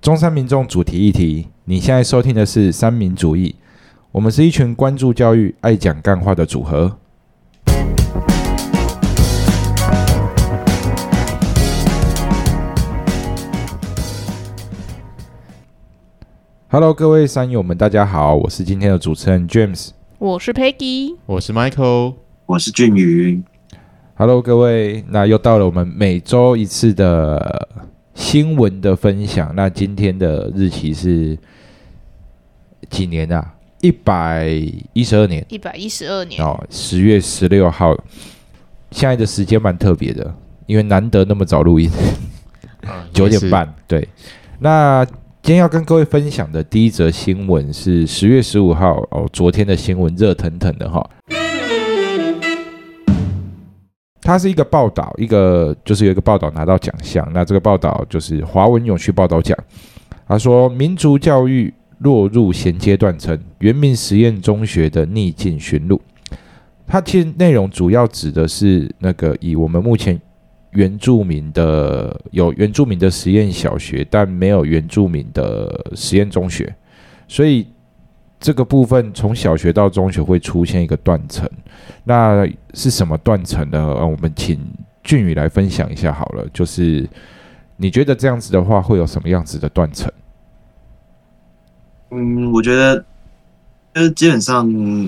中山民众主题议题，你现在收听的是三民主义，我们是一群关注教育、爱讲干话的组合。Hello，各位山友们，大家好，我是今天的主持人 James。我是 Peggy，我是 Michael，我是俊宇， Hello，各位，那又到了我们每周一次的新闻的分享。那今天的日期是几年啊？一百一十二年一百一十二年，哦，十月十六号。现在的时间蛮特别的，因为难得那么早录音，啊九点，半。对，那今天要跟各位分享的第一则新闻是十月十五号哦，昨天的新闻热腾腾的哈。它是一个报道，一个就是有一个报道拿到奖项，那这个报道就是华文永续报道奖。他说，民族教育落入衔接断层，原民实验中学的逆境寻路。它其实内容主要指的是那个以我们目前原住民的有原住民的实验小学，但没有原住民的实验中学，所以这个部分从小学到中学会出现一个断层。那是什么断层呢？呃，我们请俊宇来分享一下好了。就是你觉得这样子的话，会有什么样子的断层？嗯，我觉得就是基本上，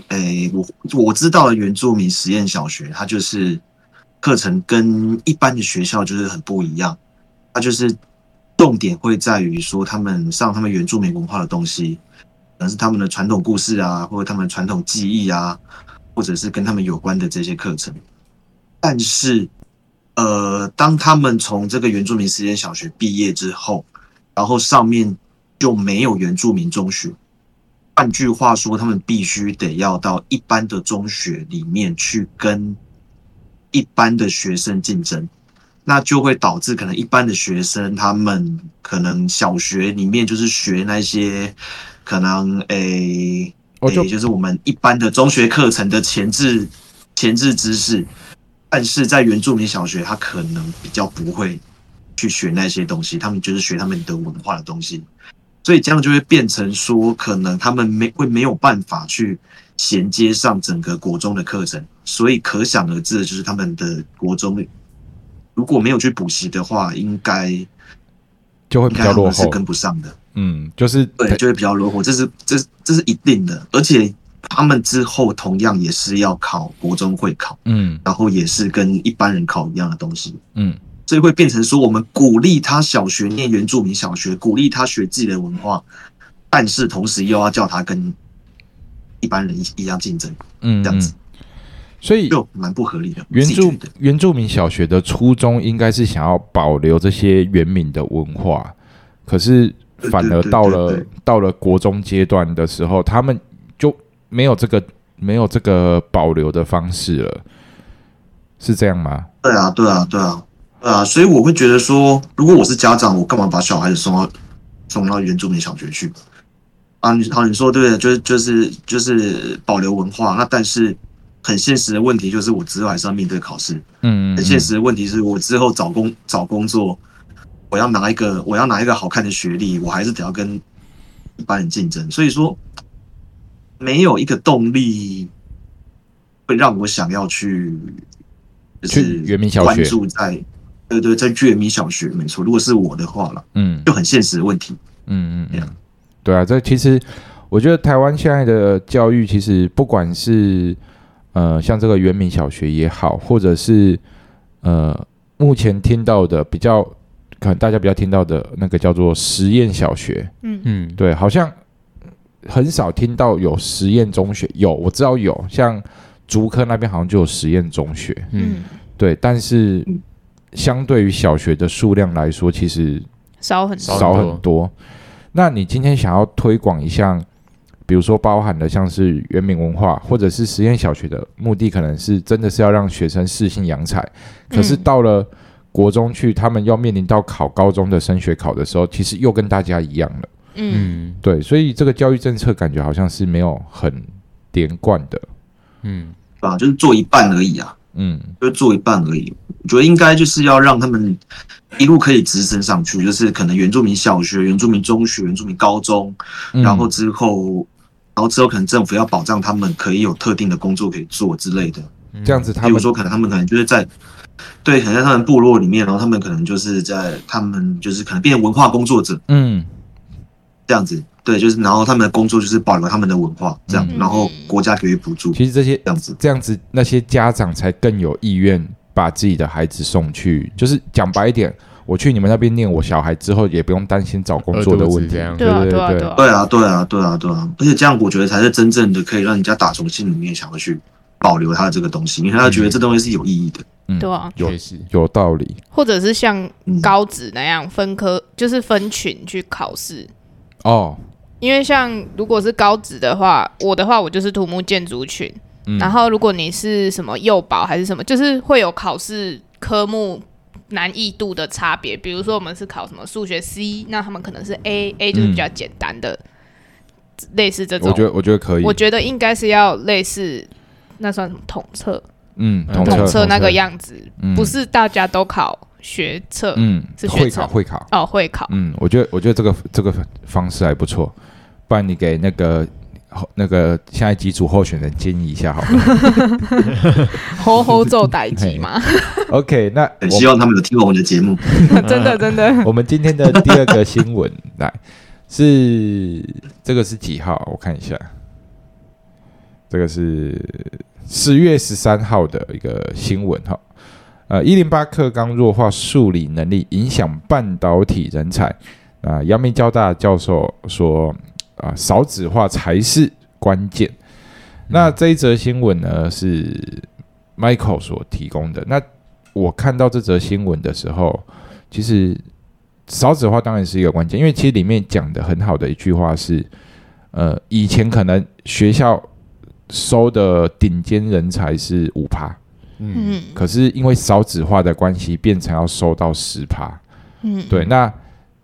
诶、我我知道的原住民实验小学，它就是课程跟一般的学校就是很不一样，它就是重点会在于说他们上他们原住民文化的东西，可能是他们的传统故事啊，或者他们传统技艺啊，或者是跟他们有关的这些课程。但是，呃，当他们从这个原住民实验小学毕业之后，然后上面就没有原住民中学。换句话说，他们必须得要到一般的中学里面去跟一般的学生竞争，那就会导致可能一般的学生他们可能小学里面就是学那些可能诶、哦，也就就是我们一般的中学课程的前置前置知识，但是在原住民小学，他可能比较不会去学那些东西，他们就是学他们的文化的东西，所以这样就会变成说，可能他们没会没有办法去衔接上整个国中的课程，所以可想而知，的就是他们的国中如果没有去补习的话，应该应就会比该较他落们是后。跟不上的。嗯，就是对，就会比较落后，这是这是这是一定的，而且他们之后同样也是要考国中会考，嗯然后也是跟一般人考一样的东西，嗯，所以会变成说我们鼓励他小学念原住民小学，鼓励他学自己的文化，但是同时又要叫他跟一般人一一样竞争，嗯这样子嗯所以就蛮不合理的。原我自己住觉得原住民小学的初衷应该是想要保留这些原民的文化，可是反而到呃对对对了对到了国中阶段的时候，他们就没有这个没有这个保留的方式了，是这样吗？对啊，对啊，对啊，对啊，所以我会觉得说，如果我是家长，我干嘛把小孩子送到送到原住民小学去？啊，你好，你说对，就是就是就是保留文化。那但是很现实的问题就是，我之后还是要面对考试。嗯，嗯嗯很现实的问题是我之后找工找工作，我要拿一个我要拿一个好看的学历，我还是得要跟一般人竞争。所以说，没有一个动力会让我想要去就去是原民小学关注在对对，在原民小学没错。如果是我的话了，嗯就很现实的问题。嗯嗯对嗯啊，对啊，这其实我觉得台湾现在的教育，其实不管是呃像这个原民小学也好，或者是呃目前听到的比较可能大家比较听到的那个叫做实验小学，嗯，嗯，对，好像很少听到有实验中学，有我知道有，像竹科那边好像就有实验中学，嗯，对，但是嗯相对于小学的数量来说，其实少很少多，少很很多。那你今天想要推广一项，比如说包含的像是原民文化，或者是实验小学的目的，可能是真的是要让学生适性扬才。可是嗯到了国中去，他们要面临到考高中的升学考的时候，其实又跟大家一样了。嗯，嗯对，所以这个教育政策感觉好像是没有很连贯的。嗯对吧？就是做一半而已啊。嗯就做一半而已。我觉得应该就是要让他们一路可以直升上去，就是可能原住民小学、原住民中学、原住民高中，嗯然后之后，然后之后可能政府要保障他们可以有特定的工作可以做之类的。这样子他比如们说，可能他们可能就是在对，可能在他们部落里面，然后他们可能就是在他们就是可能变成文化工作者嗯这样子。对，就是然后他们的工作就是保留他们的文化这样，嗯然后国家给予补助其实这些这样子。这样子，那些家长才更有意愿把自己的孩子送去。就是讲白一点，我去你们那边念我小孩之后，也不用担心找工作的问题饿肚子这。样对啊，对对啊，对对啊，对啊，对啊，对啊，对啊，而且这样我觉得才是真正的可以让人家打从心里面想要去保留他的这个东西，因为他觉得这东西是有意义的。嗯，对啊，有确实，有道理。或者是像嗯高职那样分科，就是分群去考试。哦，因为像如果是高职的话，我的话我就是土木建筑群，嗯然后如果你是什么幼保还是什么，就是会有考试科目难易度的差别。比如说我们是考什么数学 C，那他们可能是 A，A 就是比嗯较简单的，类似这种。我觉得我觉得可以我。觉得应该是要类似那算什么统测，嗯，嗯统测统测测那个，样子，嗯不是大家都考学测、嗯，是学会测考会考。哦，会考。嗯，我觉得我觉得这个这个方式还不错，不然你给那个后那个下一几组候选人建议一下好了。吼吼奏代级 嘛， OK，那很我希望他们有听完我的节目。 真的真的，我们今天的第二个新闻来是这个是几号？我看一下，这个是十月十三号的一个新闻哈。呃，一零八课纲弱化数理能力，影响半导体人才。啊、阳明交大教授说，啊、少子化才是关键。嗯那这一则新闻呢，是 Michael 所提供的。那我看到这则新闻的时候，其实少子化当然是一个关键，因为其实里面讲的很好的一句话是，呃，以前可能学校收的顶尖人才是五趴，嗯嗯可是因为少子化的关系，变成要收到十趴。嗯，对，那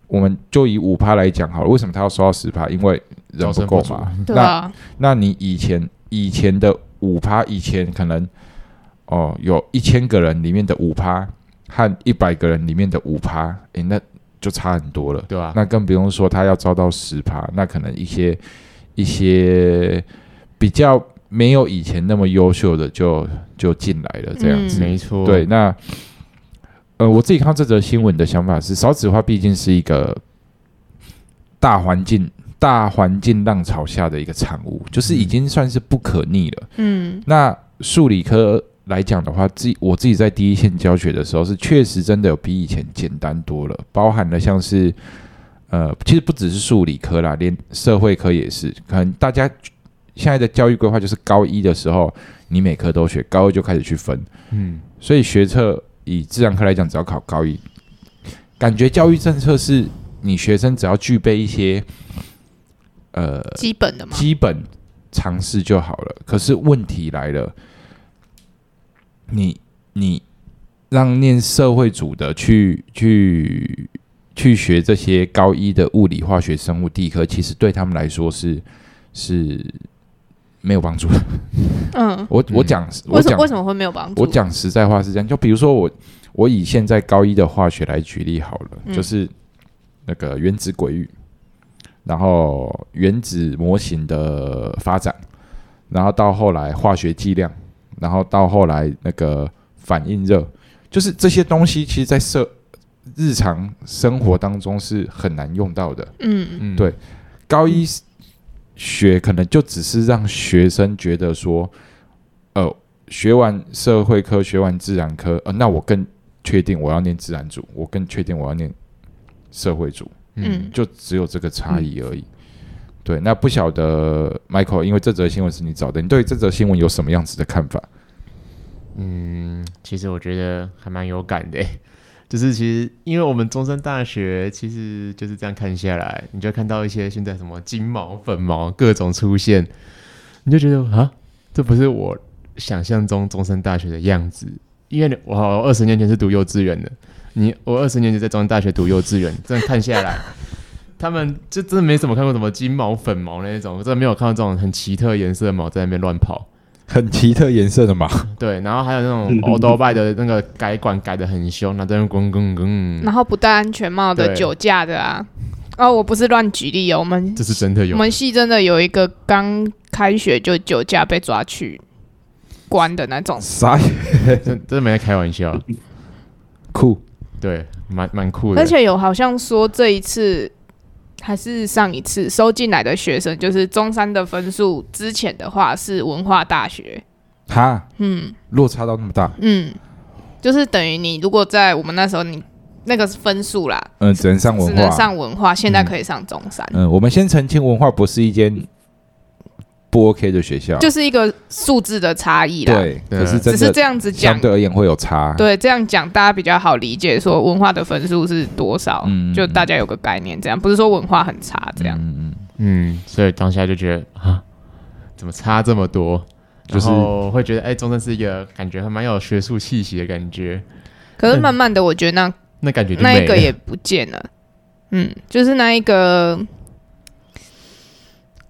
我们就以五趴来讲好了，为什么他要收到十趴？因为人招不生够不足嘛。对那啊，那你以前以前的五趴，以前可能哦有一千个人里面的五趴和一百个人里面的五趴，诶，那就差很多了。对吧？那更不用说他要招到十趴，那可能一些一些比较没有以前那么优秀的就就进来了这样子。嗯没错，对，，那呃，我自己看到这则新闻的想法是，少子化毕竟是一个大环境、大环境浪潮下的一个产物，就是已经算是不可逆了。嗯那数理科来讲的话，自己我自己在第一线教学的时候，是确实真的有比以前简单多了，包含了像是呃，其实不只是数理科啦，连社会科也是，可能大家。现在的教育规划就是高一的时候，你每科都学，高二就开始去分，嗯，所以学测以自然科来讲，只要考高一，感觉教育政策是你学生只要具备一些呃基本的嘛，基本常识就好了。可是问题来了，你你让念社会组的去去去学这些高一的物理、化学、生物、地科，其实对他们来说是是没有帮助的。嗯，我我嗯讲、我为什讲么为什么会没有帮助？我讲实在话是这样，就比如说我，我以现在高一的化学来举例好了，嗯就是那个原子轨域，然后原子模型的发展，然后到后来化学剂量，然后到后来那个反应热，就是这些东西，其实在社日常生活当中是很难用到的。嗯，嗯对高一学可能就只是让学生觉得说，呃，学完社会科，学完自然科，呃，那我更确定我要念自然组，我更确定我要念社会组，嗯就只有这个差异而已。对，那不晓得 Michael，因为这则新闻是你找的，你对这则新闻有什么样子的看法？嗯，其实我觉得还蛮有感的欸， 就是其实因为我们中山大学其实就是这样看下来，你就看到一些现在什么金毛、粉毛各种出现，你就觉得啊，这不是我想象中中山大学的样子。因为你我二十年前是读幼稚园的，你我二十年前在中山大学读幼稚园，这样看下来， 他们就真的没怎么看过什么金毛、粉毛那一种，真的没有看到这种很奇特颜色的毛在那边乱跑。很奇特颜色的马，对，然后还有那嗯种欧多拜的那个改管改的很凶，然后在那边滚滚滚，然后不戴安全帽的、对酒驾的啊。哦，我不是乱举例哦，我们这是真的我有，们系真的有一个刚开学就酒驾被抓去关的那种，啥也真真的没在开玩笑，酷？对，蛮蛮酷的而。且有好像说这一次还是上一次收进来的学生，就是中山的分数之前的话是文化大学，哈，嗯落差到那么大，嗯，就是等于你如果在我们那时候你那个是分数啦，嗯，只能上只文能化。上文化，现在可以上中山，嗯，我们先澄清，文化不是一间不 OK 的学校，就是一个数字的差异啦。对，对可是只真是的这样子讲相，对而言会有差。，对，这样讲大家比较好理解，说文化的分数是多少，嗯就大家有个概念，这样不是说文化很差这样。嗯嗯，嗯，所以当下就觉得啊，怎么差这么多？就是然后会觉得，哎、中山是一个感觉还蛮有学术气息的感觉，可是慢慢的，我觉得那那感觉就那没一了。个也不见了，嗯，就是那一个，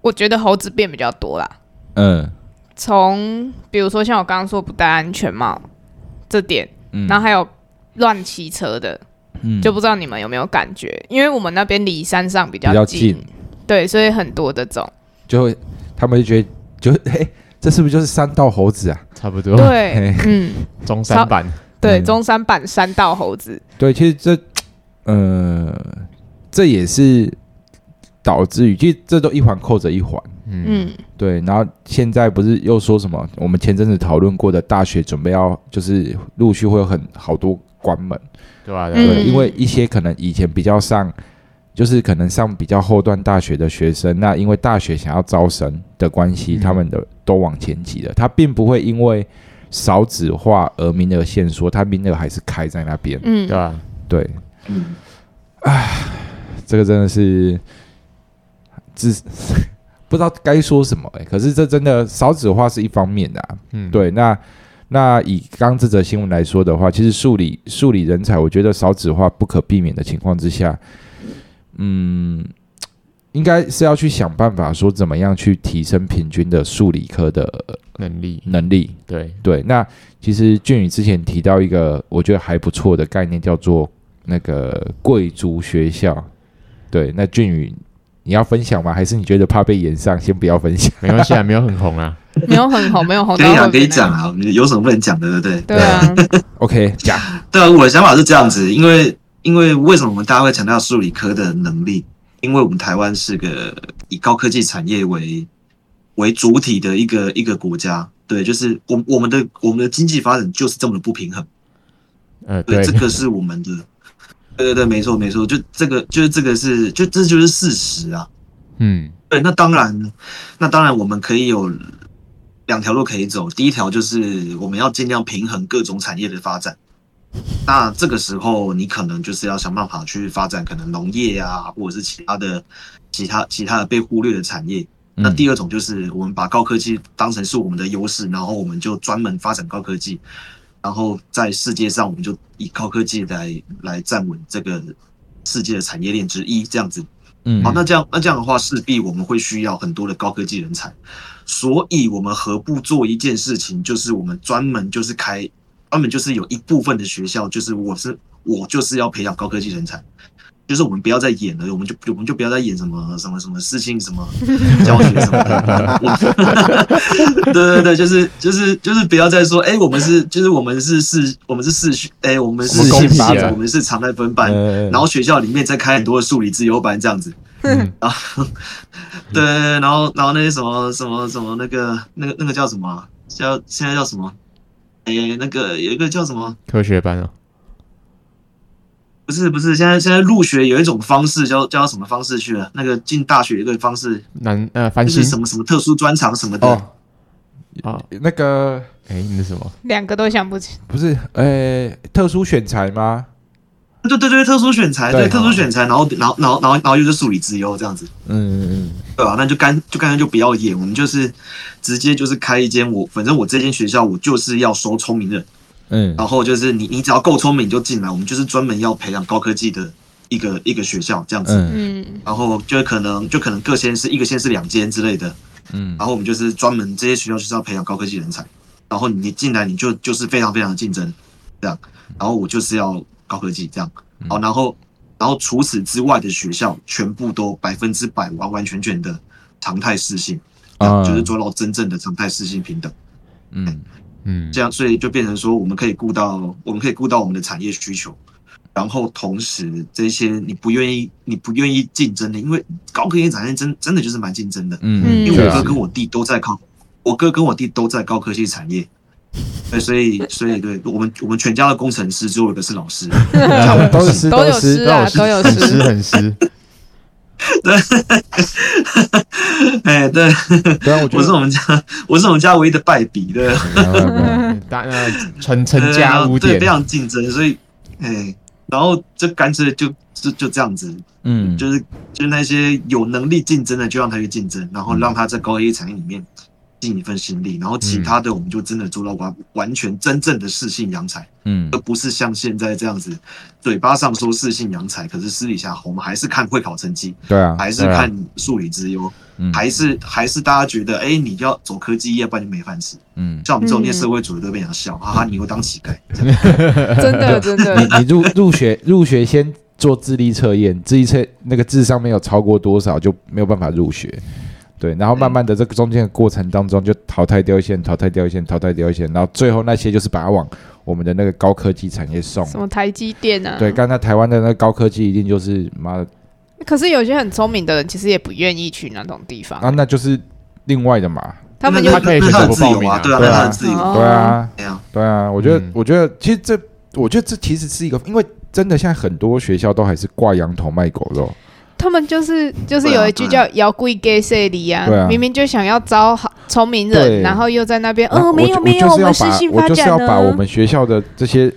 我觉得猴子变比较多啦。嗯从比如说像我刚刚说不戴安全帽这点，嗯，然后还有乱骑车的，嗯就不知道你们有没有感觉？因为我们那边离山上比比较近，近对，所以很多这种。就会他们就觉得，就是 哎，这是不是就是三道猴子啊？差不多，对，嗯，中山版对，嗯中山版山道猴子，对，其实这，呃，这也是导致于，其实这都一环扣着一环。嗯，对，然后现在不是又说什么？我们前阵子讨论过的大学准备要，就是陆续会有很好多关门，对吧、对吧对，嗯因为一些可能以前比较上，就是可能上比较后段大学的学生，那因为大学想要招生的关系，嗯他们的都往前挤了，他并不会因为少子化而名额限缩，他名额还是开在那边。嗯对，吧？对，嗯，这个真的是，只 不知道该说什么哎、可是这真的少子化是一方面的、啊，嗯，对。那那以刚这则新闻来说的话，其实数理数理人才，我觉得少子化不可避免的情况之下，嗯，应该是要去想办法说怎么样去提升平均的数理科的能力，能力。对，对，那其实俊宇之前提到一个我觉得还不错的概念，叫做那个贵族学校。对，那俊宇你要分享吗？还是你觉得怕被延上，先不要分享？没关系啊，没有很红啊，没有很红，没有红可以到啊，后可以面那讲啊，我们有什么不能讲的，对不对？对啊， OK，讲，对啊，我的想法是这样子，因为因为为什么我们大家会强调数理科的能力？因为我们台湾是个以高科技产业为为主体的一个一个国家，对，就是我我们的我们的经济发展就是这么的不平衡，呃，对对，这，个是我们的，对对对，没错没错，就这个就是这个是就这就是事实啊，嗯，对，那当然，那当然我们可以有两条路可以走。第一条就是我们要尽量平衡各种产业的发展。那这个时候，你可能就是要想办法去发展可能农业啊，或者是其他的、其他其他的被忽略的产业。嗯那第二种就是我们把高科技当成是我们的优势，然后我们就专门发展高科技，然后在世界上我们就以高科技来来站稳这个世界的产业链之一，这样子。嗯好，那这样那这样的话，势必我们会需要很多的高科技人才，所以我们何不做一件事情，就是我们专门就是开，专门就是有一部分的学校，就是我是我就是要培养高科技人才，就是我们不要再演了，我们就我们就不要再演什么什么什么事情，什么教学什么的，我对对对，就是就是就是不要再说，哎、我们是就是我们是是我们是市区，哎、我们是我们公公啊立办的我们是常态分班，呃然后学校里面再开很多的数理自由班这样子。 嗯然后，对，然后然后那些什么什么什么那个那个那个叫什么啊、叫现在叫什么？诶，那个有一个叫什么？科学班哦，不是不是，现在现在入学有一种方式叫叫什么方式去了？那个进大学有一个方式，南呃，繁就是星什么什么特殊专长什么的。哦，啊，那个哎，你是什么？ 两个都想不起，不是，呃，特殊选材吗？对对对，特殊选材，对对特殊选材，然后然后然后然后然后又是数理之优这样子。嗯嗯对吧、那就干就干脆就不要演，我们就是直接就是开一间我反正我这间学校我就是要收聪明人，嗯然后就是你你只要够聪明你就进来，我们就是专门要培养高科技的一个一个学校这样子，嗯 嗯，然后就可能就可能各县市一个县市两间之类的，嗯然后我们就是专门这些学校就是要培养高科技人才，然后你进来你就就是非常非常的竞争，这样，然后我就是要高科技这样，好，然后然后除此之外的学校全部都百分之百完完全全的常态适性，这样啊就是做到真正的常态适性平等，嗯嗯这样，所以就变成说我们可以顾到我们可以顾到我们的产业需求。然后同时，这些你不愿意、你不愿意竞争的，因为高科技产业真真的就是蛮竞争的。嗯，因为对我啊哥跟我弟都在高，我哥跟我弟都在高科技产业，对，所以所以对我们我们全家的工程师，只有我一个是 老师， 看啊都是湿都有是湿湿啊，都有很湿湿。很湿，哎、对，对啊，我觉我是得嗯我们家我是我们家唯一的败笔，对，没有没有 没有大呃成成对然家后污对点非，常竞争，所以哎、然后这干脆就就就这样子，嗯，就是就是那些有能力竞争的，就让他去竞争，然后让他在高科技产业里面尽一份心力，然后其他的我们就真的做到完完全真正的适性扬才。嗯而不是像现在这样子，嘴巴上说是信扬才，可是私底下我们还是看会考成绩，对啊，还是对啊看数理之优，嗯还是还是大家觉得，哎、你要走科技业，不然就没饭吃。嗯，像我们这种念嗯社会主义都被人家笑，哈哈，你以后当乞丐。真的真的， 你你入入学入学先做智力测验，智力测那个智商没有超过多少就没有办法入学。对，然后嗯慢慢的这个中间的过程当中，就淘汰掉一些人，淘汰掉一些人，淘汰掉一些人，然后最后那些就是把它往我们的那个高科技产业送。什么台积电啊？对，。刚才台湾的那个高科技一定就是妈的可是有些很聪明的人，其实也不愿意去那种地方，啊，那就是另外的嘛。他们那就他可以那选他择的不自报由名啊，对啊，对那啊他的自由。哦对啊，哎呀，对啊，我觉得，嗯我觉得其实这，我觉得这其实是一个，因为真的现在很多学校都还是挂羊头卖狗肉。他们就是就是有一句对啊叫“摇贵给谁里”啊对啊，明明就想要招好聪明对啊人，然后又在那边，然后嗯，没我有就没有，我我就是要们是把性我发就是展要把我呢。们学校的这些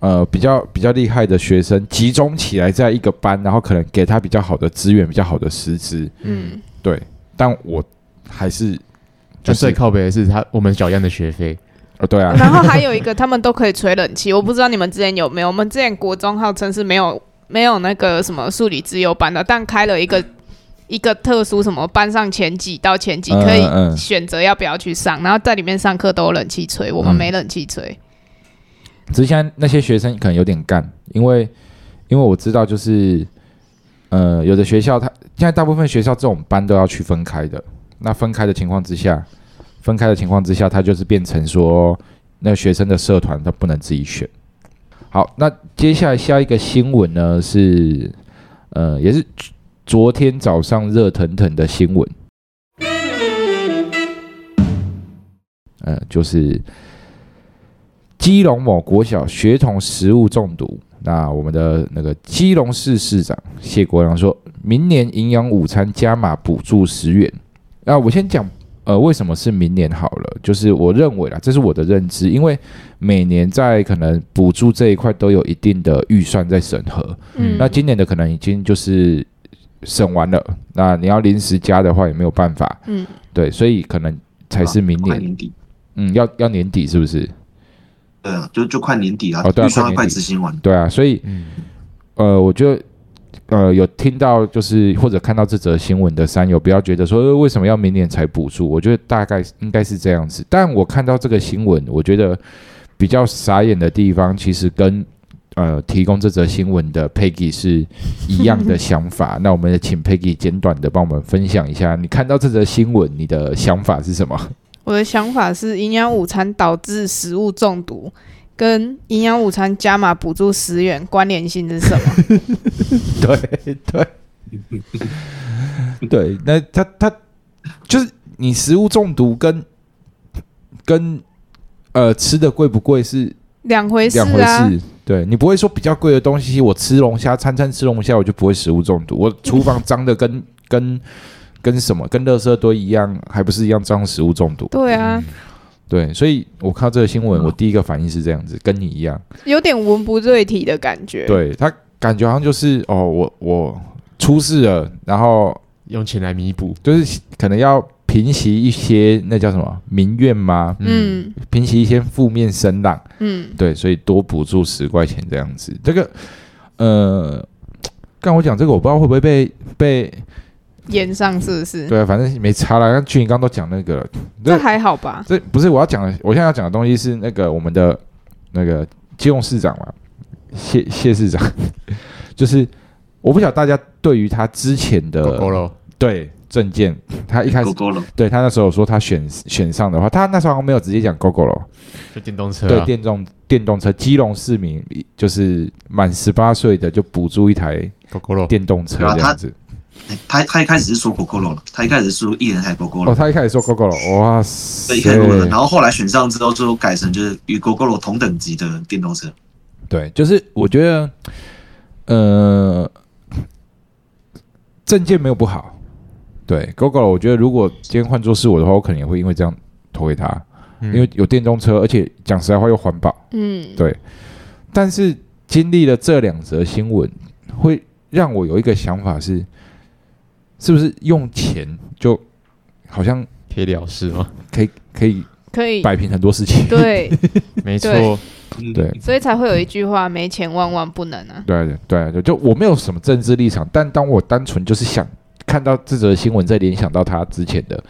呃比较比较厉害的学生集中起来在一个班，然后可能给他比较好的资源、比较好的师资。嗯，对，但我还是就但最是靠北的是他我们缴一样的学费，呃对啊，然后还有一个，他们都可以吹冷气，我不知道你们之前有没有。我们之前国中号称是没有没有那个什么数理自由班的，但开了一个一个特殊什么班上前几到前几嗯可以嗯嗯选择要不要去上，然后在里面上课都有冷气吹，我们嗯没冷气吹。只是现在那些学生可能有点干，因为因为我知道就是呃有的学校他现在大部分学校这种班都要去分开的，那分开的情况之下，分开的情况之下，他就是变成说那学生的社团他不能自己选。好，那接下来下一个新闻呢是呃也是昨天早上热腾腾的新闻，呃就是。基隆某国小血统食物中毒。那我们的那个基隆市市长谢国良说，明年营养午餐加码补助十元。那我先讲，呃，为什么是明年好了？就是我认为啦，这是我的认知，因为每年在可能补助这一块都有一定的预算在审核。嗯那今年的可能已经就是审完了，那你要临时加的话也没有办法。嗯，对，所以可能才是明快年，年底，嗯，要要年底是不是？对啊，就就快年底了嗯哦，对啊预算快年底快执行完了。对啊，所以嗯，呃，我觉得呃有听到就是或者看到这则新闻的山友，不要觉得说、呃为什么要明年才补助，我觉得大概应该是这样子。但我看到这个新闻，我觉得比较傻眼的地方，其实跟呃提供这则新闻的 Peggy 是一样的想法。那我们也请 Peggy 简短的帮我们分享一下，你看到这则新闻，你的想法是什么？我的想法是，营养午餐导致食物中毒，跟营养午餐加码补助十元关联性是 什么？对对 对，那他他就是你食物中毒跟跟呃吃的贵不贵是两回事两回啊。事。对你不会说比较贵的东西，我吃龙虾，餐餐吃龙虾，我就不会食物中毒。我厨房脏的跟跟跟什么跟垃圾堆一样，还不是一样脏食物中毒？对啊，嗯对，所以我看到这个新闻，我第一个反应是这样子，跟你一样。有点文不对题的感觉。，对他感觉好像就是哦，我我出事了，然后用钱来弥补，就是可能要平息一些那叫什么民怨吗？嗯平息一些负面声浪，嗯，对，所以多补助十块钱这样子。这个呃，刚我讲这个，我不知道会不会被被延上是不是？对啊，反正没差啦。那去你刚刚都讲那个了，嗯这还好吧？这不是我要讲的，我现在要讲的东西是那个我们的那个基隆市长嘛，谢谢市长， 就是我不晓得大家对于他之前的狗狗咯，对证件，他一开始狗狗了，对他那时候有说他选选上的话，他那时候好像没有直接讲 GoGo 了，就电动车对啊，电动电动车，基隆市民就是满十八岁的就补助一台狗狗咯，电动车对啊这样子。哎他他一开始是说狗狗了，他一开始是说一人台狗狗哦，了，他一开始说 GoGo 了，哇塞对，一，开始狗狗了，然后后来选上之后，最后改成就是与狗狗了同等级的电动车。对，就是我觉得，呃，证件没有不好。对 g o g o 我觉得如果今天换做是我的话，我可能也会因为这样投给他，嗯因为有电动车，而且讲实在话又环保。嗯，对，但是经历了这两则新闻，会让我有一个想法是，是不是用钱就好像可以了事吗？可以可以可以，摆平很多事情？对，没错，对嗯对，所以才会有一句话“没钱万万不能”啊。对对对对，就我没有什么政治立场，但当我单纯就是想看到这则新闻，再联想到他之前的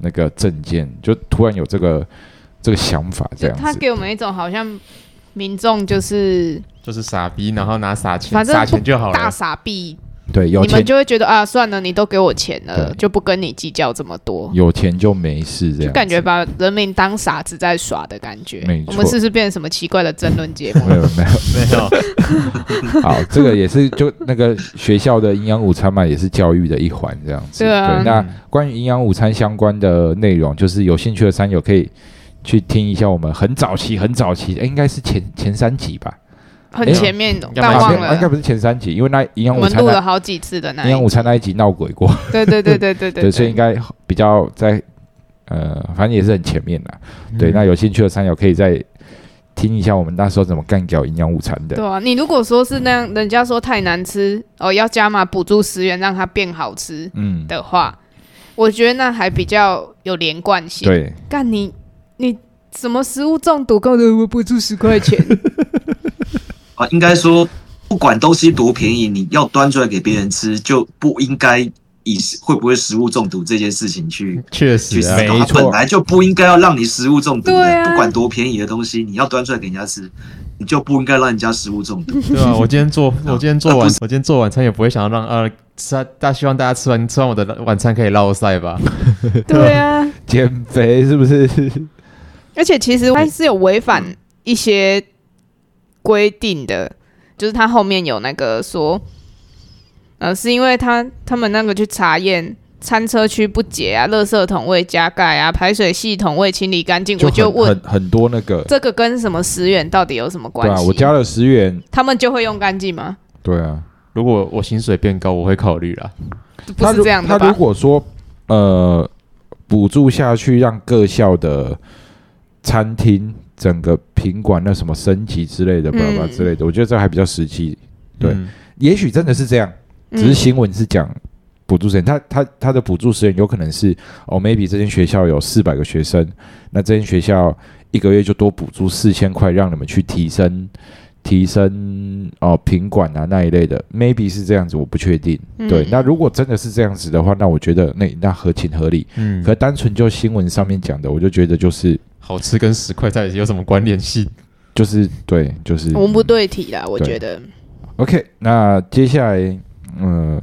那个证件，就突然有这个这个想法这就样他子。给我们一种好像民众就是就是傻逼，然后拿撒钱，反正撒不钱就好大了。嗯傻逼，对，有你们钱就会觉得啊，算了，你都给我钱了，对就不跟你计较这么多。有钱就没事这样就子，感觉把人民当傻子在耍的感觉没。我错们是不是变成什么奇怪的争论 节目？没有没没有， 有好，这个也是就那个学校的营养午餐嘛，也是教育的一环这样子。对啊那关于营养午餐相关的内容，就是有兴趣的山友可以去听一下我们很早期很早期，诶应该是前前三集吧。很前面，要但买忘没有啊应该了。不是前三集，因为那营养我午们餐录那了好几次的那营养一午餐那一集闹鬼过，对对对对 对对，所以应对，该比较在呃，反正也是很前面啦。对，那有兴趣的山友可以再听一下我们那时候怎么干掉营养午餐对的。啊，你如果说是那样，人家说太难吃哦，要加码补助十元让它变好吃嗯，的话，我觉得那还比较有连贯性。对，干你你什么食物中毒，搞得我补助十块钱， 啊，应该说不管东西多便宜，你要端出来给别人吃，就不应该以会不会食物中毒这件事情嗯去确去实思啊，考。没它错本来就不应该要让你食物中毒对的，啊不管多便宜的东西，你要端出来给人家吃，你就不应该让人家食物中嗯毒。对啊，我今天做，我今天做啊晚，不我今天做晚餐也不会想要让呃吃啊，大希望大家吃完吃完我的晚餐可以落晒吧？对啊，减肥是不是？而且其实它是有违反一些规定的，就是它后面有那个说，呃，是因为他他们那个去查验。餐车区不解啊，垃圾桶未加盖啊，排水系统未清理干净，我就很问很很多那个，这个跟什么十元到底有什么关对啊，系？我加了十元，他们就会用干净吗？对啊，如果我薪水变高，我会考虑啦。不他是如这样的他如吧？果说呃补助下去，让各校的餐厅整个品管那什么升级之类的，吧吧嗯之类的，我觉得这还比较实际。对嗯也许真的是这样，嗯只是新闻是讲补助时间，他他他的补助时间有可能是哦，maybe 这间学校有四百个学生，那这间学校一个月就多补助四千块，让你们去提升提升哦品管啊那一类的，maybe 是这样子，我不确定。嗯对，那如果真的是这样子的话，那我觉得那那合情合理。嗯，可单纯就新闻上面讲的，我就觉得就是好吃跟十块在一起有什么关联性？就是对，就是文不对题啦，我对觉得。 OK，那接下来，呃，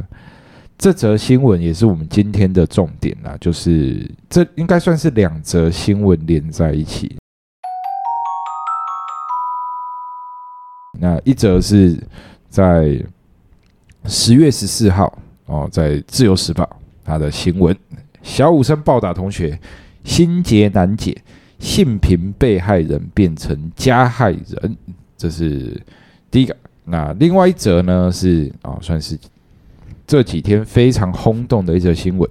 这则新闻也是我们今天的重点啦，就是这应该算是两则新闻连在一起。那一则是在十月十四号哦，在《自由时报》它的新闻，小武生暴打同学，心结难解，性平被害人变成加害人，这是第一个。那另外一则呢是啊、算是这几天非常轰动的一则新闻。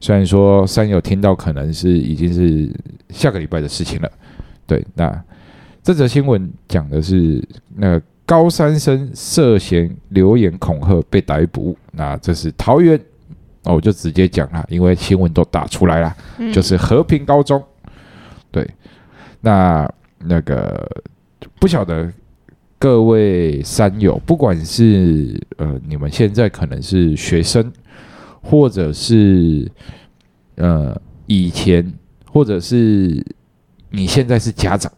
虽然说山友听到可能是已经是下个礼拜的事情了，对。那这则新闻讲的是那个高三生涉嫌留言恐吓被逮捕，那这是桃园。哦，我就直接讲啦，因为新闻都打出来啦。嗯就是和平高中。对，那那个不晓得各位山友，不管是呃你们现在可能是学生，或者是呃以前，或者是你现在是家长，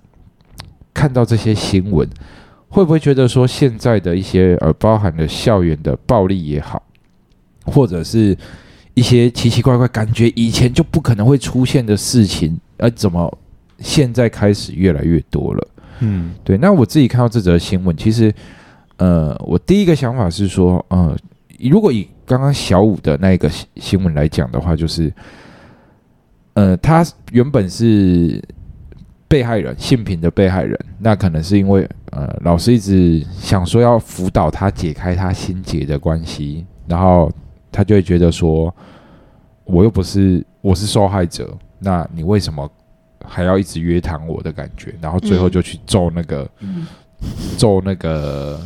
看到这些新闻，会不会觉得说现在的一些呃包含了校园的暴力也好，或者是一些奇奇怪怪感觉以前就不可能会出现的事情，而怎么现在开始越来越多了？嗯对，那我自己看到这则新闻，其实，呃，我第一个想法是说，呃，如果以刚刚小五的那个新新闻来讲的话，就是，呃，他原本是被害人，性平的被害人，那可能是因为呃，老师一直想说要辅导他解开他心结的关系，然后他就会觉得说，我又不是我是受害者，那你为什么还要一直约谈我的感觉？然后最后嗯就去揍那个、嗯揍那个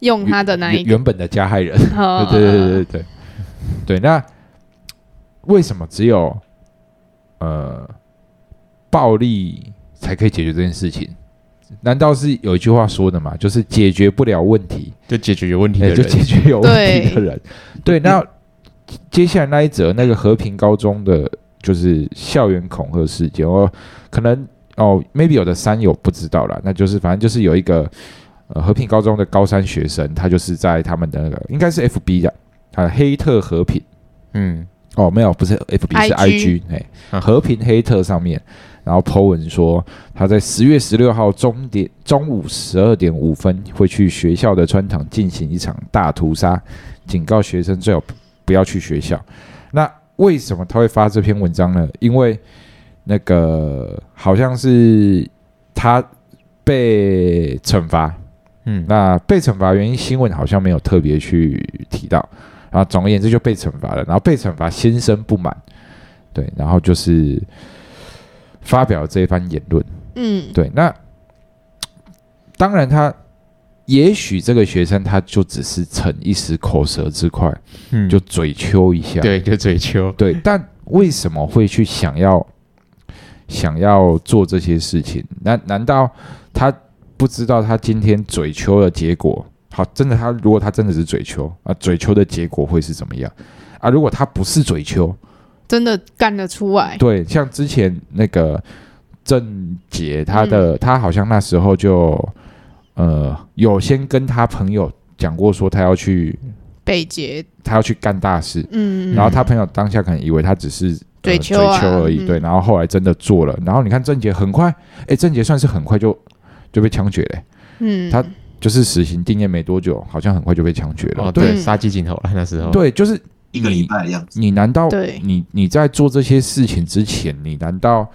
用他的那原一个，原本的加害人。哦嗯对对对对对对。那为什么只有呃暴力才可以解决这件事情？难道是有一句话说的嘛？就是解决不了问题，就解决有问题的也人，哎就解决有问题的对人。对，那接下来那一则那个和平高中的就是校园恐吓事件，哦，可能哦，maybe 有的三有不知道啦，那就是反正就是有一个呃和平高中的高三学生，他就是在他们的那个应该是 FB 的，他黑特和平嗯哦，没有，不是 FB 是 IG IG 哎、啊和平黑特上面，然后 Po 文说他在十月十六号中点中午十二点五分会去学校的穿堂进行一场大屠杀，警告学生最好不要去学校。那为什么他会发这篇文章呢？因为那个好像是他被惩罚，嗯，那被惩罚原因新闻好像没有特别去提到，然后总而言之就被惩罚了，然后被惩罚心生不满，对，然后就是发表了这一番言论，嗯，对，那当然他也许这个学生他就只是逞一时口舌之快，嗯就嘴丘一下，对，就嘴丘，对，但为什么会去想要想要做这些事情？难难道他不知道他今天嘴丘的结果？好，真的他如果他真的是嘴丘啊，嘴丘的结果会是怎么样啊？如果他不是嘴丘，真的干得出来，对，像之前那个郑杰，他的、他好像那时候就呃有先跟他朋友讲过，说他要去被劫，他要去干大事，嗯，然后他朋友当下可能以为他只是呃嘴追丘啊求而已，嗯对，然后后来真的做了，然后你看郑杰很快，哎，郑杰算是很快就就被枪决嘞，嗯，他就是死刑定谳没多久，好像很快就被枪决了，哦对对，杀鸡儆猴了那时候，，对，就是一个礼拜的样子。你难道对你你在做这些事情之前，你难道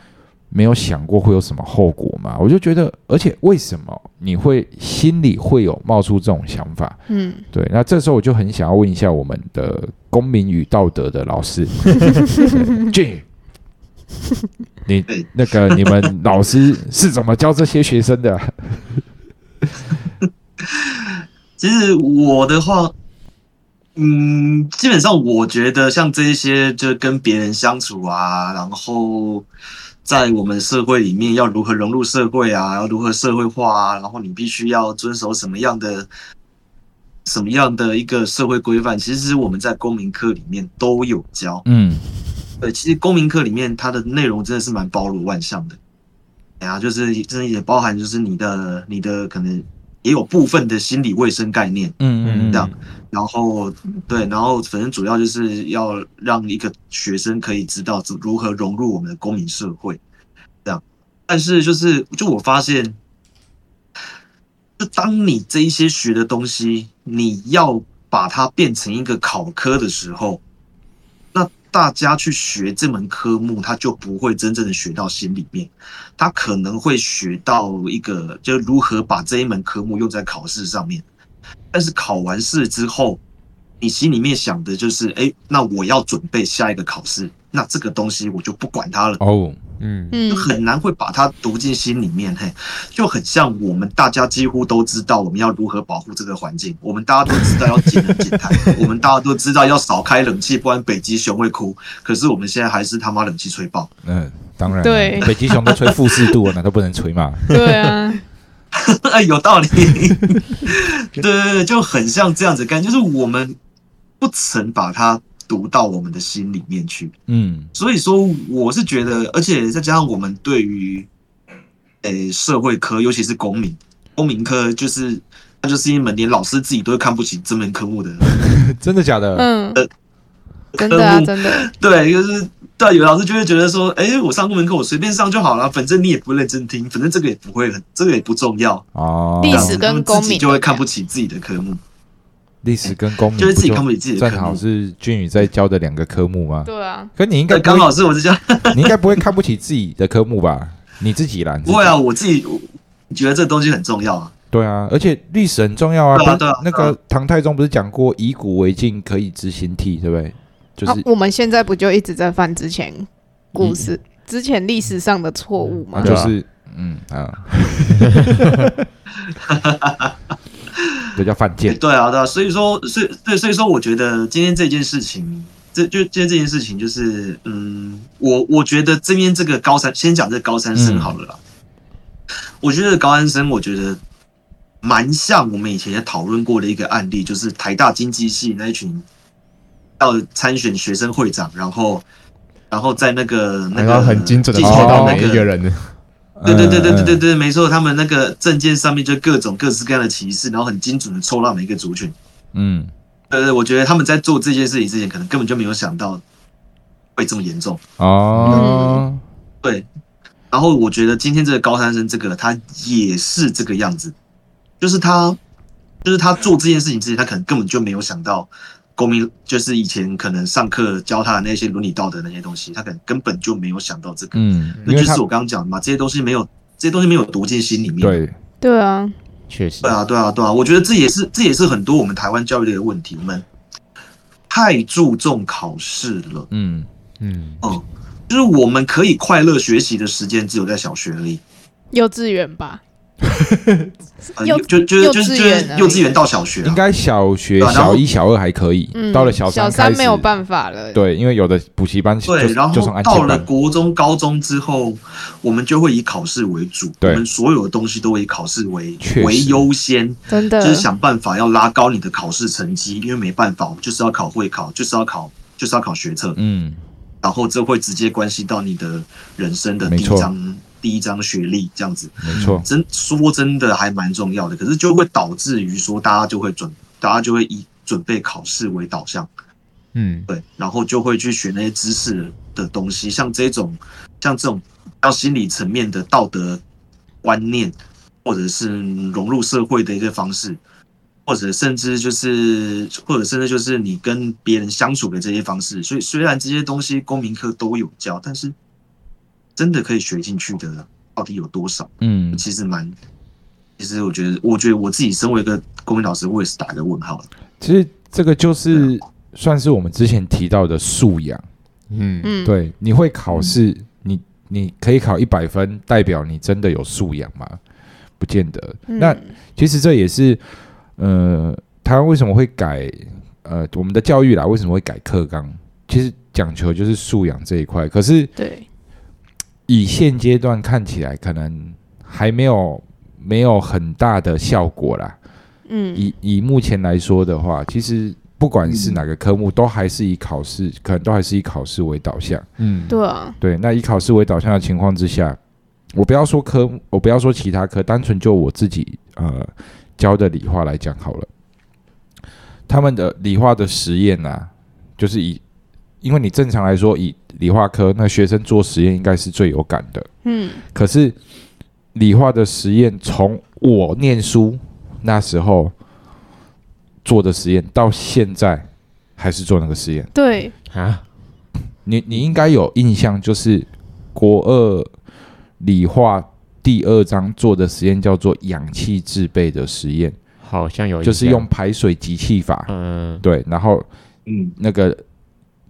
没有想过会有什么后果吗？我就觉得，而且为什么你会心里会有冒出这种想法？嗯，对，那这时候我就很想要问一下我们的公民与道德的老 师俊，你对那个你们老师是怎么教这些学生的？其实我的话，嗯，基本上我觉得像这一些，就跟别人相处啊，然后在我们社会里面要如何融入社会啊，要如何社会化啊，然后你必须要遵守什么样的什么样的一个社会规范，其实我们在公民课里面都有教。嗯对，其实公民课里面它的内容真的是蛮包罗万象的，哎呀，就是真的也包含就是你的你的可能也有部分的心理卫生概念。嗯嗯，这样然后对，然后反正主要就是要让一个学生可以知道怎如何融入我们的公民社会，这样。但是就是就我发现，就当你这一些学的东西，你要把它变成一个考科的时候，那大家去学这门科目，他就不会真正的学到心里面，他可能会学到一个就如何把这一门科目用在考试上面。但是考完试之后，你心里面想的就是，哎、那我要准备下一个考试，那这个东西我就不管它了，哦，嗯嗯就，很难会把它读进心里面，嘿，就很像我们大家几乎都知道我们要如何保护这个环境，我们大家都知道要节能减碳，我们大家都知道要少开冷气，不然北极熊会哭，可是我们现在还是他妈冷气吹爆， 嗯、当然，对北极熊都吹负四度，难道不能吹吗？对 啊，哎，有道理。对对对，就很像这样子干，就是我们不曾把它读到我们的心里面去。 嗯所以说，我是觉得，而且再加上我们对于，诶、社会科，尤其是公民，公民科就是它就是一门连老师自己都会看不起这门科目的真的假的？嗯呃，真的啊，科目真的，对，就是对，有老师就会觉得说，哎、我上公文课我随便上就好了，反正你也不认真听，反正这个也不会很，这个也不重要。哦，嗯历这样史子跟他们公自民己就会看不起自己的科目，历史跟公民就是自己不看不起自己的正科好目。是君宇在教的两个科目吗？对啊，可你应该对，不会刚好是我是这样，你应该不会看不起自己的科目吧？你自己啦，你自不己会啊，我自己我觉得这东西很重要啊。对啊，而且历史很重要啊。对啊不是对啊那个唐太宗不是讲过以古为镜，可以知兴替，对不对？就是、啊我们现在不就一直在犯之前故事、之前历史上的错误啊吗？就是嗯啊， 这叫犯也贱。对啊，对啊，所以说，所以对，所以说，我觉得今天这件事情，这就今天这件事情，就是，嗯，我我觉得这边这个高三，先讲这个高三嗯生好了啦。我觉得高三生，我觉得蛮像我们以前也讨论过的一个案例，就是台大经济系那一群要参选学生会长，然后，然后在那个那然后个很精准的记哦者戳到那每一个人，对对对对对对嗯，对，没错，他们那个证件上面就各种各式各样的歧视，然后很精准的抽到每一个族群。嗯，对对，我觉得他们在做这件事情之前，可能根本就没有想到会这么严重。哦，对，然后我觉得今天这个高三生，这个他也是这个样子，就是他，就是他做这件事情之前，他可能根本就没有想到公民，就是以前可能上课教他的那些伦理道德那些东西，他可能根本就没有想到这个。嗯，那因就为他是我刚刚讲的嘛，这些东西没有，这些东西没有读进心里面。对，对啊，确实对啊，对啊，对啊，我觉得这也是这也是很多我们台湾教育的一个问题，我们太注重考试了。嗯嗯，嗯，就是我们可以快乐学习的时间只有在小学而已，幼稚园吧，呃幼，就就幼就稚是就园是而已幼稚园到小学、应啊，该小学对啊然小后一、小二还可以，嗯，到了小小三开没有始办法了，对，因为有的补习班就对，然就从后安到静了班，国中、高中之后，我们就会以考试为主，我对们所有的东西都以考试为确实为优先，真的就是想办法要拉高你的考试成绩，因为没办法，我们就是要考会考，就是要考就是要考学测，嗯，然后这会直接关系到你的人生的没第一错张第一张学历这样子。没错，真说真的还蛮重要的，可是就会导致于说大家就会准，大家就会以准备考试为导向，嗯，对，然后就会去学那些知识的东西，像这种像这种到心理层面的道德观念，或者是融入社会的一个方式，或者甚至就是或者甚至就是你跟别人相处的这些方式。所以虽然这些东西公民课都有教，但是真的可以学进去的到底有多少？嗯，其实蛮，其实我觉得，我觉得我自己身为一个公民老师，我也是打一个问号的。其实这个就是算是我们之前提到的素养。嗯，嗯，对，你会考试，你你可以考一百分，代表你真的有素养吗？不见得。嗯，那其实这也是，呃，台湾为什么会改，呃，我们的教育啦，为什么会改课纲？其实讲求就是素养这一块。可是对，以现阶段看起来，可能还没有没有很大的效果啦。嗯，以以目前来说的话，其实不管是哪个科目，都还是以考试，可能都还是以考试为导向。嗯，对啊，对，那以考试为导向的情况之下，我不要说科，我不要说其他科，单纯就我自己呃教的理化来讲好了。他们的理化的实验啊，就是以，因为你正常来说以理化科，那学生做实验应该是最有感的。嗯，可是理化的实验，从我念书那时候做的实验到现在，还是做那个实验。对，啊，你你应该有印象，就是国二理化第二章做的实验叫做氧气制备的实验，好像有，就是用，排水集气法，嗯，对，然后嗯，那个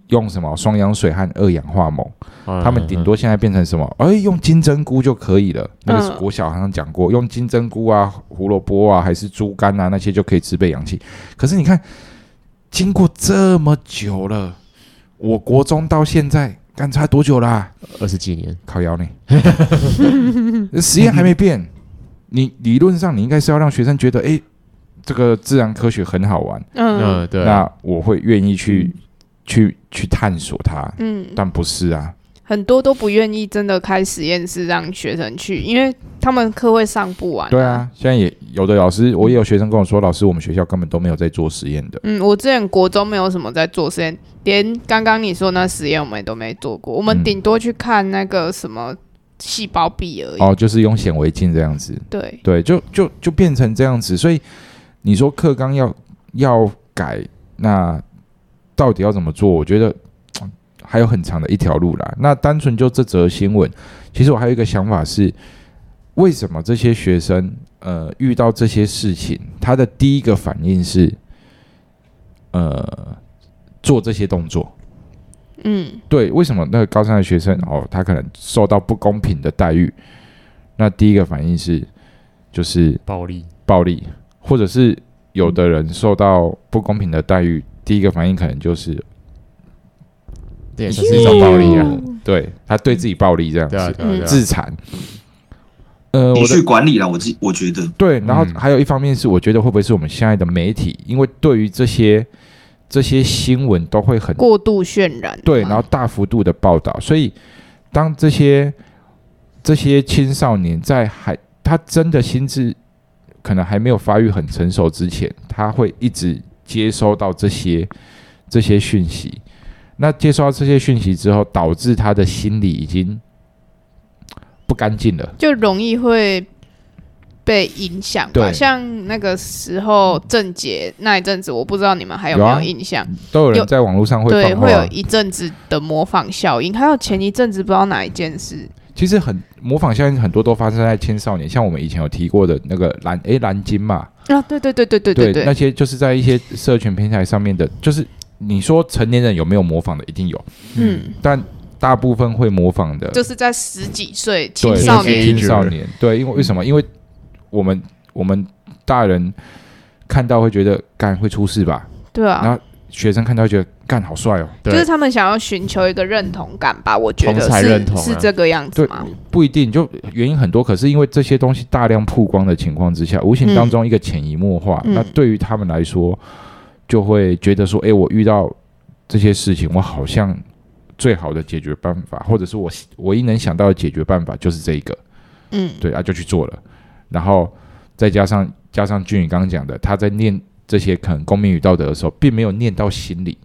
用什么双氧水和二氧化锰，嗯他们顶，多现在变成什么？哎，用金针菇就可以了。那个是国小好像讲过，用金针菇啊、胡萝卜啊，还是猪肝啊那些就可以制备氧气。可是你看，经过这么久了，我国中到现在，干差多久啦、二十几年，烤窑呢？实验还没变，你理论上你应该是要让学生觉得，哎、这个自然科学很好玩，嗯，嗯，对，那我会愿意去、去去探索它，嗯，但不是啊，很多都不愿意真的开实验室让学生去，因为他们课会上不完、对，啊，现在也有的老师，我也有学生跟我说，老师，我们学校根本都没有在做实验的。嗯，我之前国中没有什么在做实验，连刚刚你说那实验我们也都没做过，我们嗯顶多去看那个什么细胞壁而已。哦，就是用显微镜这样子，对，对，就就就变成这样子。所以你说课纲要要改，那到底要怎么做？我觉得嘖还有很长的一条路啦。那单纯就这则新闻，其实我还有一个想法是，为什么这些学生呃遇到这些事情，他的第一个反应是呃做这些动作？嗯，对，为什么那个高三的学生哦，他可能受到不公平的待遇？那第一个反应是，就是暴力，暴力，或者是有的人受到不公平的待遇，第一个反应可能就是这也算是一种暴力啊，嗯对他对自己暴力这样对啊，子，对啊，对啊自残。呃，情我绪的管理啦，我自己我觉得，对，然后嗯还有一方面是，我觉得会不会是我们现在的媒体，因为对于这些这些新闻都会很过度渲染。对，然后大幅度的报道，所以当这些这些青少年在还他真的心智可能还没有发育很成熟之前，他会一直接收到这些这些讯息。那接收到这些讯息之后，导致他的心理已经不干净了。就容易会被影响吧。对像那个时候郑杰那一阵子，我不知道你们还有有没啊有印象？都有人有在网络上会对，放话会有啊，一阵子的模仿效应，还有前一阵子不知道哪一件事，其实很模仿效应很多都发生在青少年，像我们以前有提过的那个蓝诶蓝鲸嘛，啊，对对对对对对嗯那对，些就是在一些社群平台上面的，就是你说成年人有没有模仿的，一定有，嗯，但大部分会模仿的，就是在十几岁青对少就是年，嗯青少年，对，因为为什么？因为我们我们大人看到会觉得干会出事吧，对然啊后，学生看到会觉得干好帅哦，就对是他们想要寻求一个认同感吧，我觉得同才认同是啊是这个样子对吗？，不一定，就原因很多。可是因为这些东西大量曝光的情况之下，无形当中一个潜移默化，嗯那对于他们来说，就会觉得说，诶，我遇到这些事情，我好像最好的解决办法，或者是我唯一能想到的解决办法就是这一个，嗯，对啊，就去做了。然后再加上加上俊宇刚刚讲的，他在念这些可能公民与道德的时候，并没有念到心里。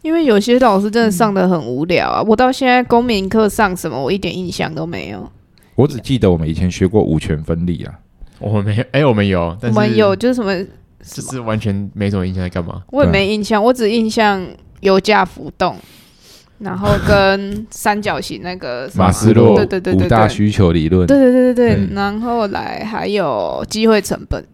因为有些老师真的上的很无聊啊，我到现在公民课上什么，我一点印象都没有。我只记得我们以前学过五权分立啊，我们没有，哎，我们有，我但是们有就是什么就，是完全没什么印象在干嘛，我对也啊没印象，我只印象油价浮动，然后跟三角形那个什么马斯洛对对对五对大对。需求理论。对对对对对，嗯然后来还有机会成本，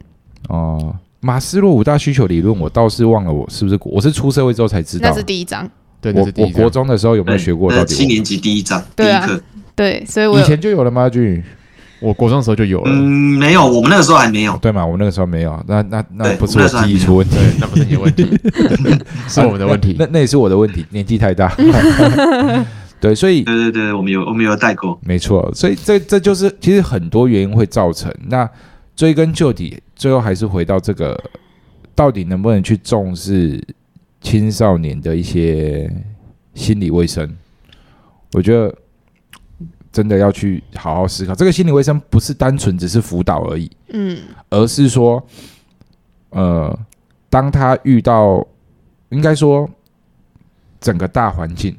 哦，马斯洛五大需求理论，我倒是忘了，我是不是我是出社会之后才知那道是。第一章，对，那我是第我一张国中的时候有没有对，学过？那到底嗯呃七年级第一章第对一啊课，对，所以我我以有前就有了吗？俊，我国中的时候就啊有了，嗯，没有，我们那个时候还没有。对嘛？我那个时候没有，那那那对不是我记忆出问题，对，那不是你的问 题，是我们的问题那，那也是我的问题，年纪太 大。对，所以对对对，我们有我们有代购，没错，所以这这就是其实很多原因会造成。那追根究底，最后还是回到这个，到底能不能去重视青少年的一些心理卫生？我觉得真的要去好好思考，这个心理卫生不是单纯只是辅导而已，嗯而是说，呃，当他遇到，应该说整个大环境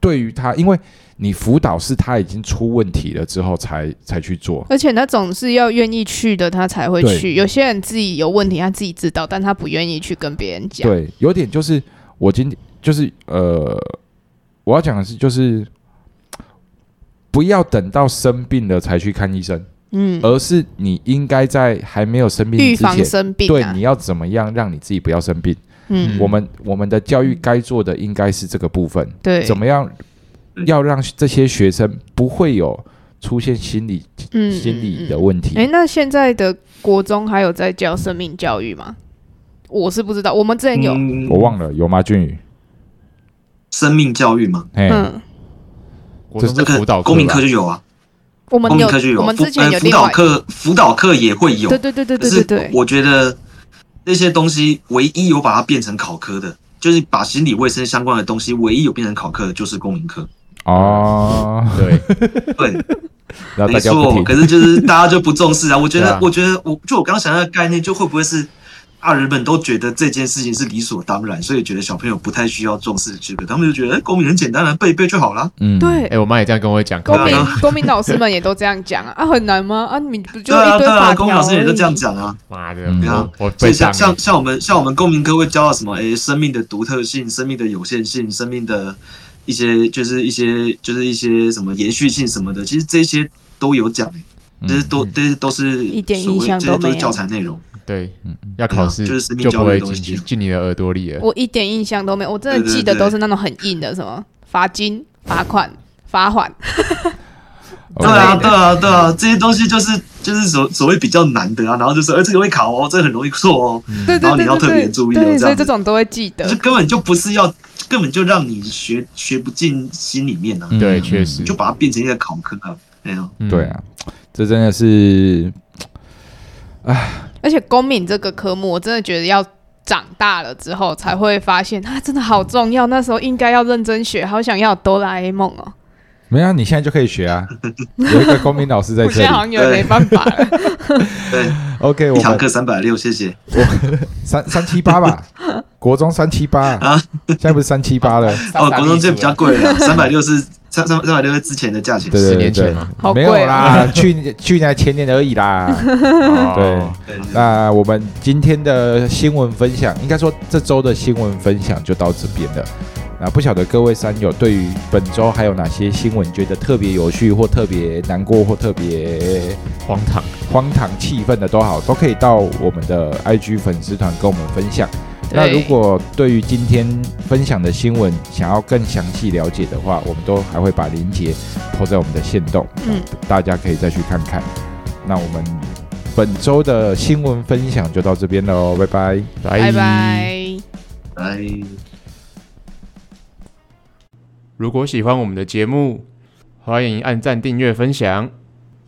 对于他，因为你辅导是他已经出问题了之后才才去做，而且他总是要愿意去的，他才会对去。有些人自己有问题，他自己知道，但他不愿意去跟别人讲。对，有点就是我今天就是呃，我要讲的是就是。呃不要等到生病了才去看医生，嗯，而是你应该在还没有生病预之前防，生病对啊你，要怎么样让你自己不要生病。嗯，我们我们的教育该做的应该是这个部分，对，怎么样嗯要让这些学生不会有出现心理嗯心理的嗯嗯问题哎、？那现在的国中还有在教生命教育吗？我是不知道，我们之前有，嗯，嗯我忘了有吗？俊宇，生命教育嘛，哎，嗯国中这是个辅导公民吧课就有啊，我们公民有课就，有，我们辅之前呃有辅另导外，课，辅导课也会有对，对对对可对对是嗯对，我觉得这些东西唯一有把它变成考科的，就是把心理卫生相关的东西，唯一有变成考课的就是公民课。哦，对，对，然后没大家不错，听可，是就是大家就不重视啊。 我觉对得啊，我觉得，我就我刚刚想到的概念，就会不会是大人们都觉得这件事情是理所当然，所以觉得小朋友不太需要重视这个，他们就觉得哎公民很简单啊，背一背就好啦。嗯，对哎、，我妈也这样跟我讲，公对 民啊公民老师们也都这样讲啊，啊很难吗？啊，你不就对一堆啊，对法啊，条公而已？民老师也都这样讲啊。妈的，嗯我我所被以像当像像我们像我们公民科会教到什么？诶、生命的独特性、生命的有限性、生命的一些就是一些就是一些什么延续性什么的，其实这些都有讲、欸，嗯这些都这些都是一点所谓印象这些都没都有是教材内容。对嗯嗯，要考试对啊就是生命就不教育会的东进西去进你的耳朵里了。我一点印象都没有，我真的对对记得对都是那种很硬的，什么罚金、罚款、罚款。哦对啊，对啊，对啊，这些东西就是就是所所谓比较难的啊，然后就说，哎、这个会考哦，这个很容易错哦，嗯对对 然后对你要特对别对，注意哦对，这所以样这子种都会记得就。根本就不是要，根本就让你学学不进心里面啊，嗯对，确实你，就把它变成一个考科啊，哎呀、嗯对，啊，这真的是而且公民这个科目，我真的觉得要长大了之后才会发现，它真的好重要。那时候应该要认真学，好想要有哆啦 A 梦哦。没有啊，你现在就可以学 啊，有一个公民老师在我现这在好里。像有点没办法了。对， OK，一我堂们课三百六，谢谢。三三七八 吧，国中三七八啊，现在不是三七八啊了？哦，国中就 比较 贵了，三百六是三三三百六是之前的价钱。对对十对年对前嘛，好没贵有哦啦，去年去年还前年而已 啦。对哦，对，那我们今天的新闻分享，应该说这周的新闻分享就到这边了。那不晓得各位山友对于本周还有哪些新闻觉得特别有趣，或特别难过，或特别荒唐，荒唐气氛的都好，都可以到我们的 IG 粉丝团跟我们分享。那对如果对于今天分享的新闻想要更详细了解的话，我们都还会把链接抛在我们的线动，嗯，大家可以再去看看。那我们本周的新闻分享就到这边喽，拜拜。拜拜。来。如果喜欢我们的节目，欢迎按赞、订阅、分享。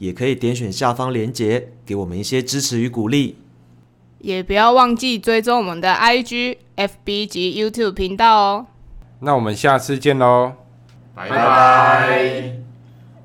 也可以点选下方链接，给我们一些支持与鼓励。也不要忘记追踪我们的 IG、FB 及 YouTube 频道哦。那我们下次见喽。拜拜。